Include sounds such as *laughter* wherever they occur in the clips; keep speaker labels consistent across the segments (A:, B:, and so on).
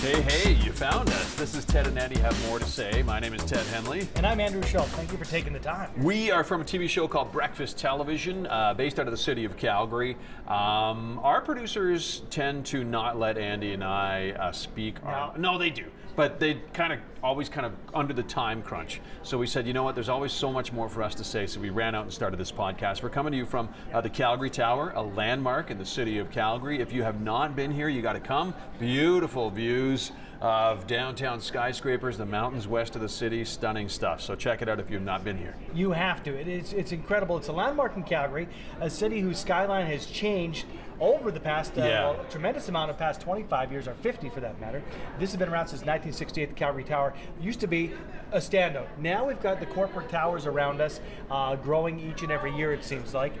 A: Hey, hey, you found us. This is Ted and Andy Have More to Say. My name is Ted Henley.
B: And I'm Andrew Schultz. Thank you for taking the time.
A: We are from a TV show called Breakfast Television, uh, based out of the city of Calgary. Um, our producers tend to not let Andy and I uh, speak. Our, no. they do, but they kind of always kind of under the time crunch. So we said, you know what? There's always so much more for us to say. So we ran out and started this podcast. We're coming to you from uh, the Calgary Tower, a landmark in the city of Calgary. If you have not been here, you got to come. Beautiful views of downtown skyscrapers, the mountains west of the city, stunning stuff. So check it out if you've not been here.
B: You have to. It is, it's incredible. It's a landmark in Calgary, a city whose skyline has changed over the past uh,
A: Yeah.
B: well, tremendous amount of past 25 years, or 50 for that matter. This has been around since 1968. The Calgary Tower used to be a standout. Now we've got the corporate towers around us, uh, growing each and every year. It seems like.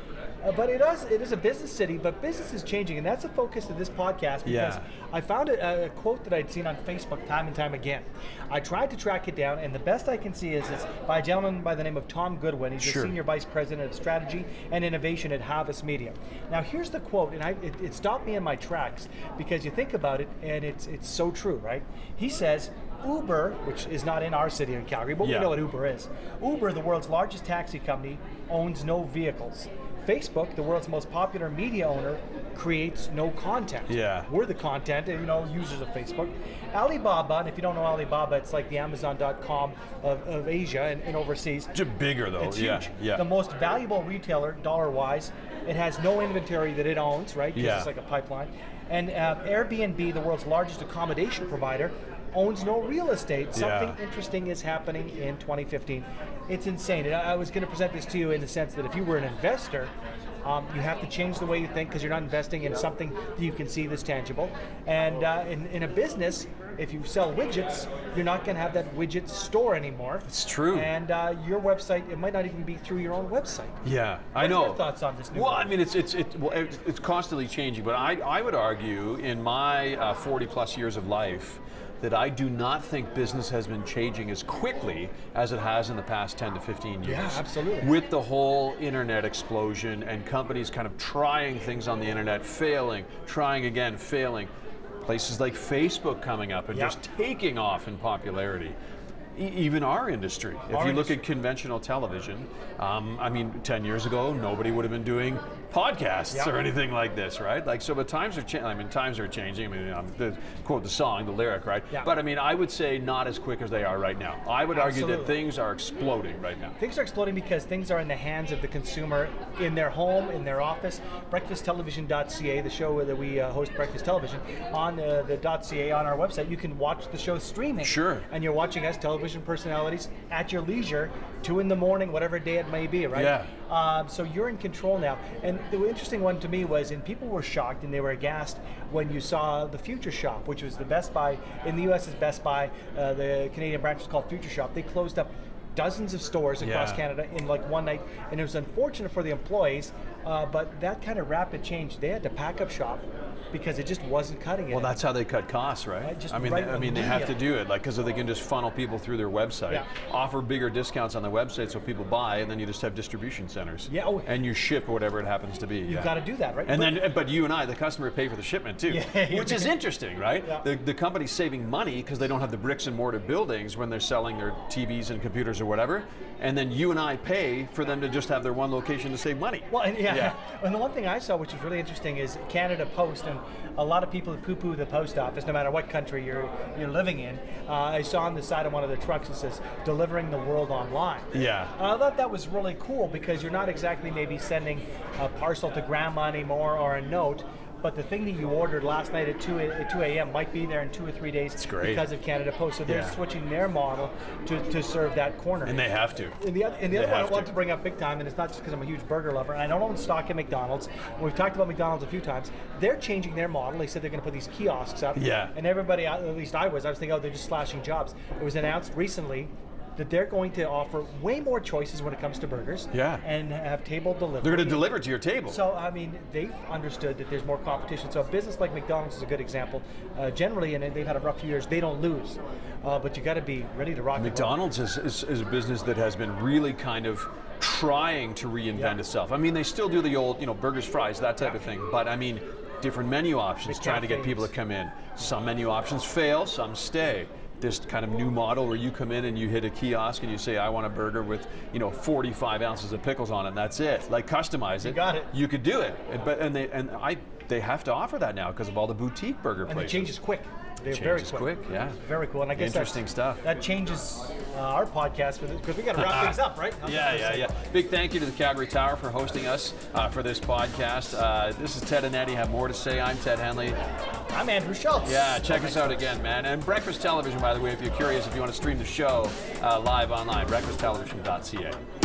B: Uh, but it is, it is a business city, but business is changing, and that's the focus of this podcast because
A: Yeah.
B: I found a, a quote that I'd seen on Facebook time and time again. I tried to track it down, and the best I can see is it's by a gentleman by the name of Tom Goodwin. He's
A: Sure.
B: the senior vice president of strategy and innovation at Havas Media. Now, here's the quote, and I, it, it stopped me in my tracks because you think about it, and it's it's so true, right? He says. Uber, which is not in our city in Calgary, but
A: Yeah.
B: we know what Uber is. Uber, the world's largest taxi company, owns no vehicles. Facebook, the world's most popular media owner, creates no content.
A: Yeah.
B: We're the content, you know, users of Facebook. Alibaba, and if you don't know Alibaba, it's like the Amazon.com of, of Asia and, and overseas.
A: Just bigger though.
B: It's
A: yeah,
B: huge.
A: yeah.
B: The most valuable retailer, dollar wise. It has no inventory that it owns, right? 'Cause
A: Yeah.
B: It's like a pipeline. And uh, Airbnb, the world's largest accommodation provider, owns no real estate. Something
A: Yeah.
B: interesting is happening in 2015. It's insane. And I, I was going to present this to you in the sense that if you were an investor, um, you have to change the way you think because you're not investing in something that you can see that's tangible. And uh, in, in a business, if you sell widgets, you're not going to have that widget store anymore.
A: It's true.
B: And uh, your website, it might not even be through your own website.
A: Yeah, I
B: are
A: know.
B: your thoughts on this new
A: Well,
B: law?
A: I mean, it's it's it, well, it's it's constantly changing, but I I would argue in my uh, 40 plus years of life that I do not think business has been changing as quickly as it has in the past 10 to 15 years.
B: absolutely.
A: With the whole internet explosion and companies kind of trying things on the internet, failing, trying again, failing. Places like Facebook coming up and
B: Yep.
A: just taking off in popularity. E- even our industry. If
B: Our
A: you look
B: industry.
A: at conventional television. Um, I mean, 10 years ago, nobody would have been doing podcasts
B: Yeah.
A: or anything like this, right? Like, so the times are changing. I mean, times are changing. I mean, um, the, quote the song, the lyric, right?
B: Yeah.
A: But I mean, I would say not as quick as they are right now. I would argue that
B: Absolutely.
A: things are exploding right now.
B: Things are exploding because things are in the hands of the consumer in their home, in their office. Breakfasttelevision.ca, the show that we uh, host, Breakfast Television, on uh, the .ca on our website, you can watch the show streaming.
A: Sure.
B: And you're watching us, television personalities, at your leisure, two in the morning, whatever day it may be, right?
A: Yeah.
B: Um, so you're in control now. And the interesting one to me was, and people were shocked and they were aghast when you saw the Future Shop, which was the Best Buy in the U.S. is Best Buy. Uh, the Canadian branch is called Future Shop. They closed up dozens of stores across
A: Yeah.
B: Canada in like one night, and it was unfortunate for the employees. Uh, but that kind of rapid change, they had to pack up shop because it just wasn't cutting it.
A: Well, that's how they cut costs, right?
B: Right, just
A: I mean,
B: right
A: they, I
B: on
A: mean, they
B: media.
A: have to do it, like, because they can just funnel people through their website,
B: Yeah.
A: offer bigger discounts on the website so people buy, and then you just have distribution centers.
B: Yeah, oh.
A: and you ship whatever it happens to be.
B: You've got to do that, right?
A: And
B: But- *laughs*
A: then, uh, but you and I, the customer, pay for the shipment too,
B: Yeah. *laughs*
A: which is interesting, right?
B: Yeah.
A: The, the company's saving money because they don't have the bricks and mortar buildings when they're selling their TVs and computers or whatever, and then you and I pay for them to just have their one location to save money.
B: Well, and yeah.
A: Yeah.
B: *laughs* And the one thing I saw, which was really interesting, is Canada Post, and a lot of people poo-poo the post office, no matter what country you're you're living in. Uh, I saw on the side of one of their trucks it says "Delivering the World Online."
A: Yeah.
B: And Uh, I thought that was really cool because you're not exactly maybe sending a parcel to grandma anymore or a note. But the thing that you ordered last night at 2 a, at 2 a.m. might be there in two or three days
A: great.
B: because of Canada Post. So they're
A: Yeah.
B: switching their model to, to serve that corner.
A: and they have to.
B: And the other, and the
A: They
B: other one I
A: have
B: want
A: to.
B: to bring up big time, and it's not just because I'm a huge burger lover, and I don't own stock in McDonald's. and We've talked about McDonald's a few times. They're changing their model. They said they're going to put these kiosks up.
A: Yeah.
B: And everybody, at least I was, I was thinking, oh, they're just slashing jobs. It was announced recently that they're going to offer way more choices when it comes to burgers.
A: Yeah.
B: And have table delivery.
A: They're going to deliver to your table.
B: So I mean, they've understood that there's more competition. So a business like McDonald's is a good example. Uh, generally, and they've had a rough few years. They don't lose, uh, but you got to be ready to rock. and roll.
A: McDonald's is, is, is a business that has been really kind of trying to reinvent
B: Yeah.
A: itself. I mean, they still do the old, you know, burgers, fries, that type of thing. But I mean, different menu options,
B: The
A: trying to get people to
B: cafes.
A: come in. Some menu options fail, some stay. This kind of new model where you come in and you hit a kiosk and you say, "I want a burger with, you know, 45 ounces of pickles on it." and That's it. Like customize it. You
B: got it.
A: You could do it, And- but and they and I they have to offer that now because of all the boutique burger
B: And it
A: places.
B: changes quick. They're very
A: Changes
B: quick.
A: quick, yeah.
B: Very cool. And I guess that's-
A: Interesting stuff.
B: That changes uh, our podcast because we got
A: *laughs*
B: to wrap things up, right?
A: Yeah, yeah, yeah. Big thank you to the Calgary Tower for hosting us uh, for this podcast. Uh, this is Ted and Eddie have more to say. I'm Ted Henley.
B: I'm Andrew Schultz.
A: Yeah, check us out again, man. And Breakfast Television, by the way, if you're curious, if you want to stream the show uh, live online, breakfasttelevision.ca.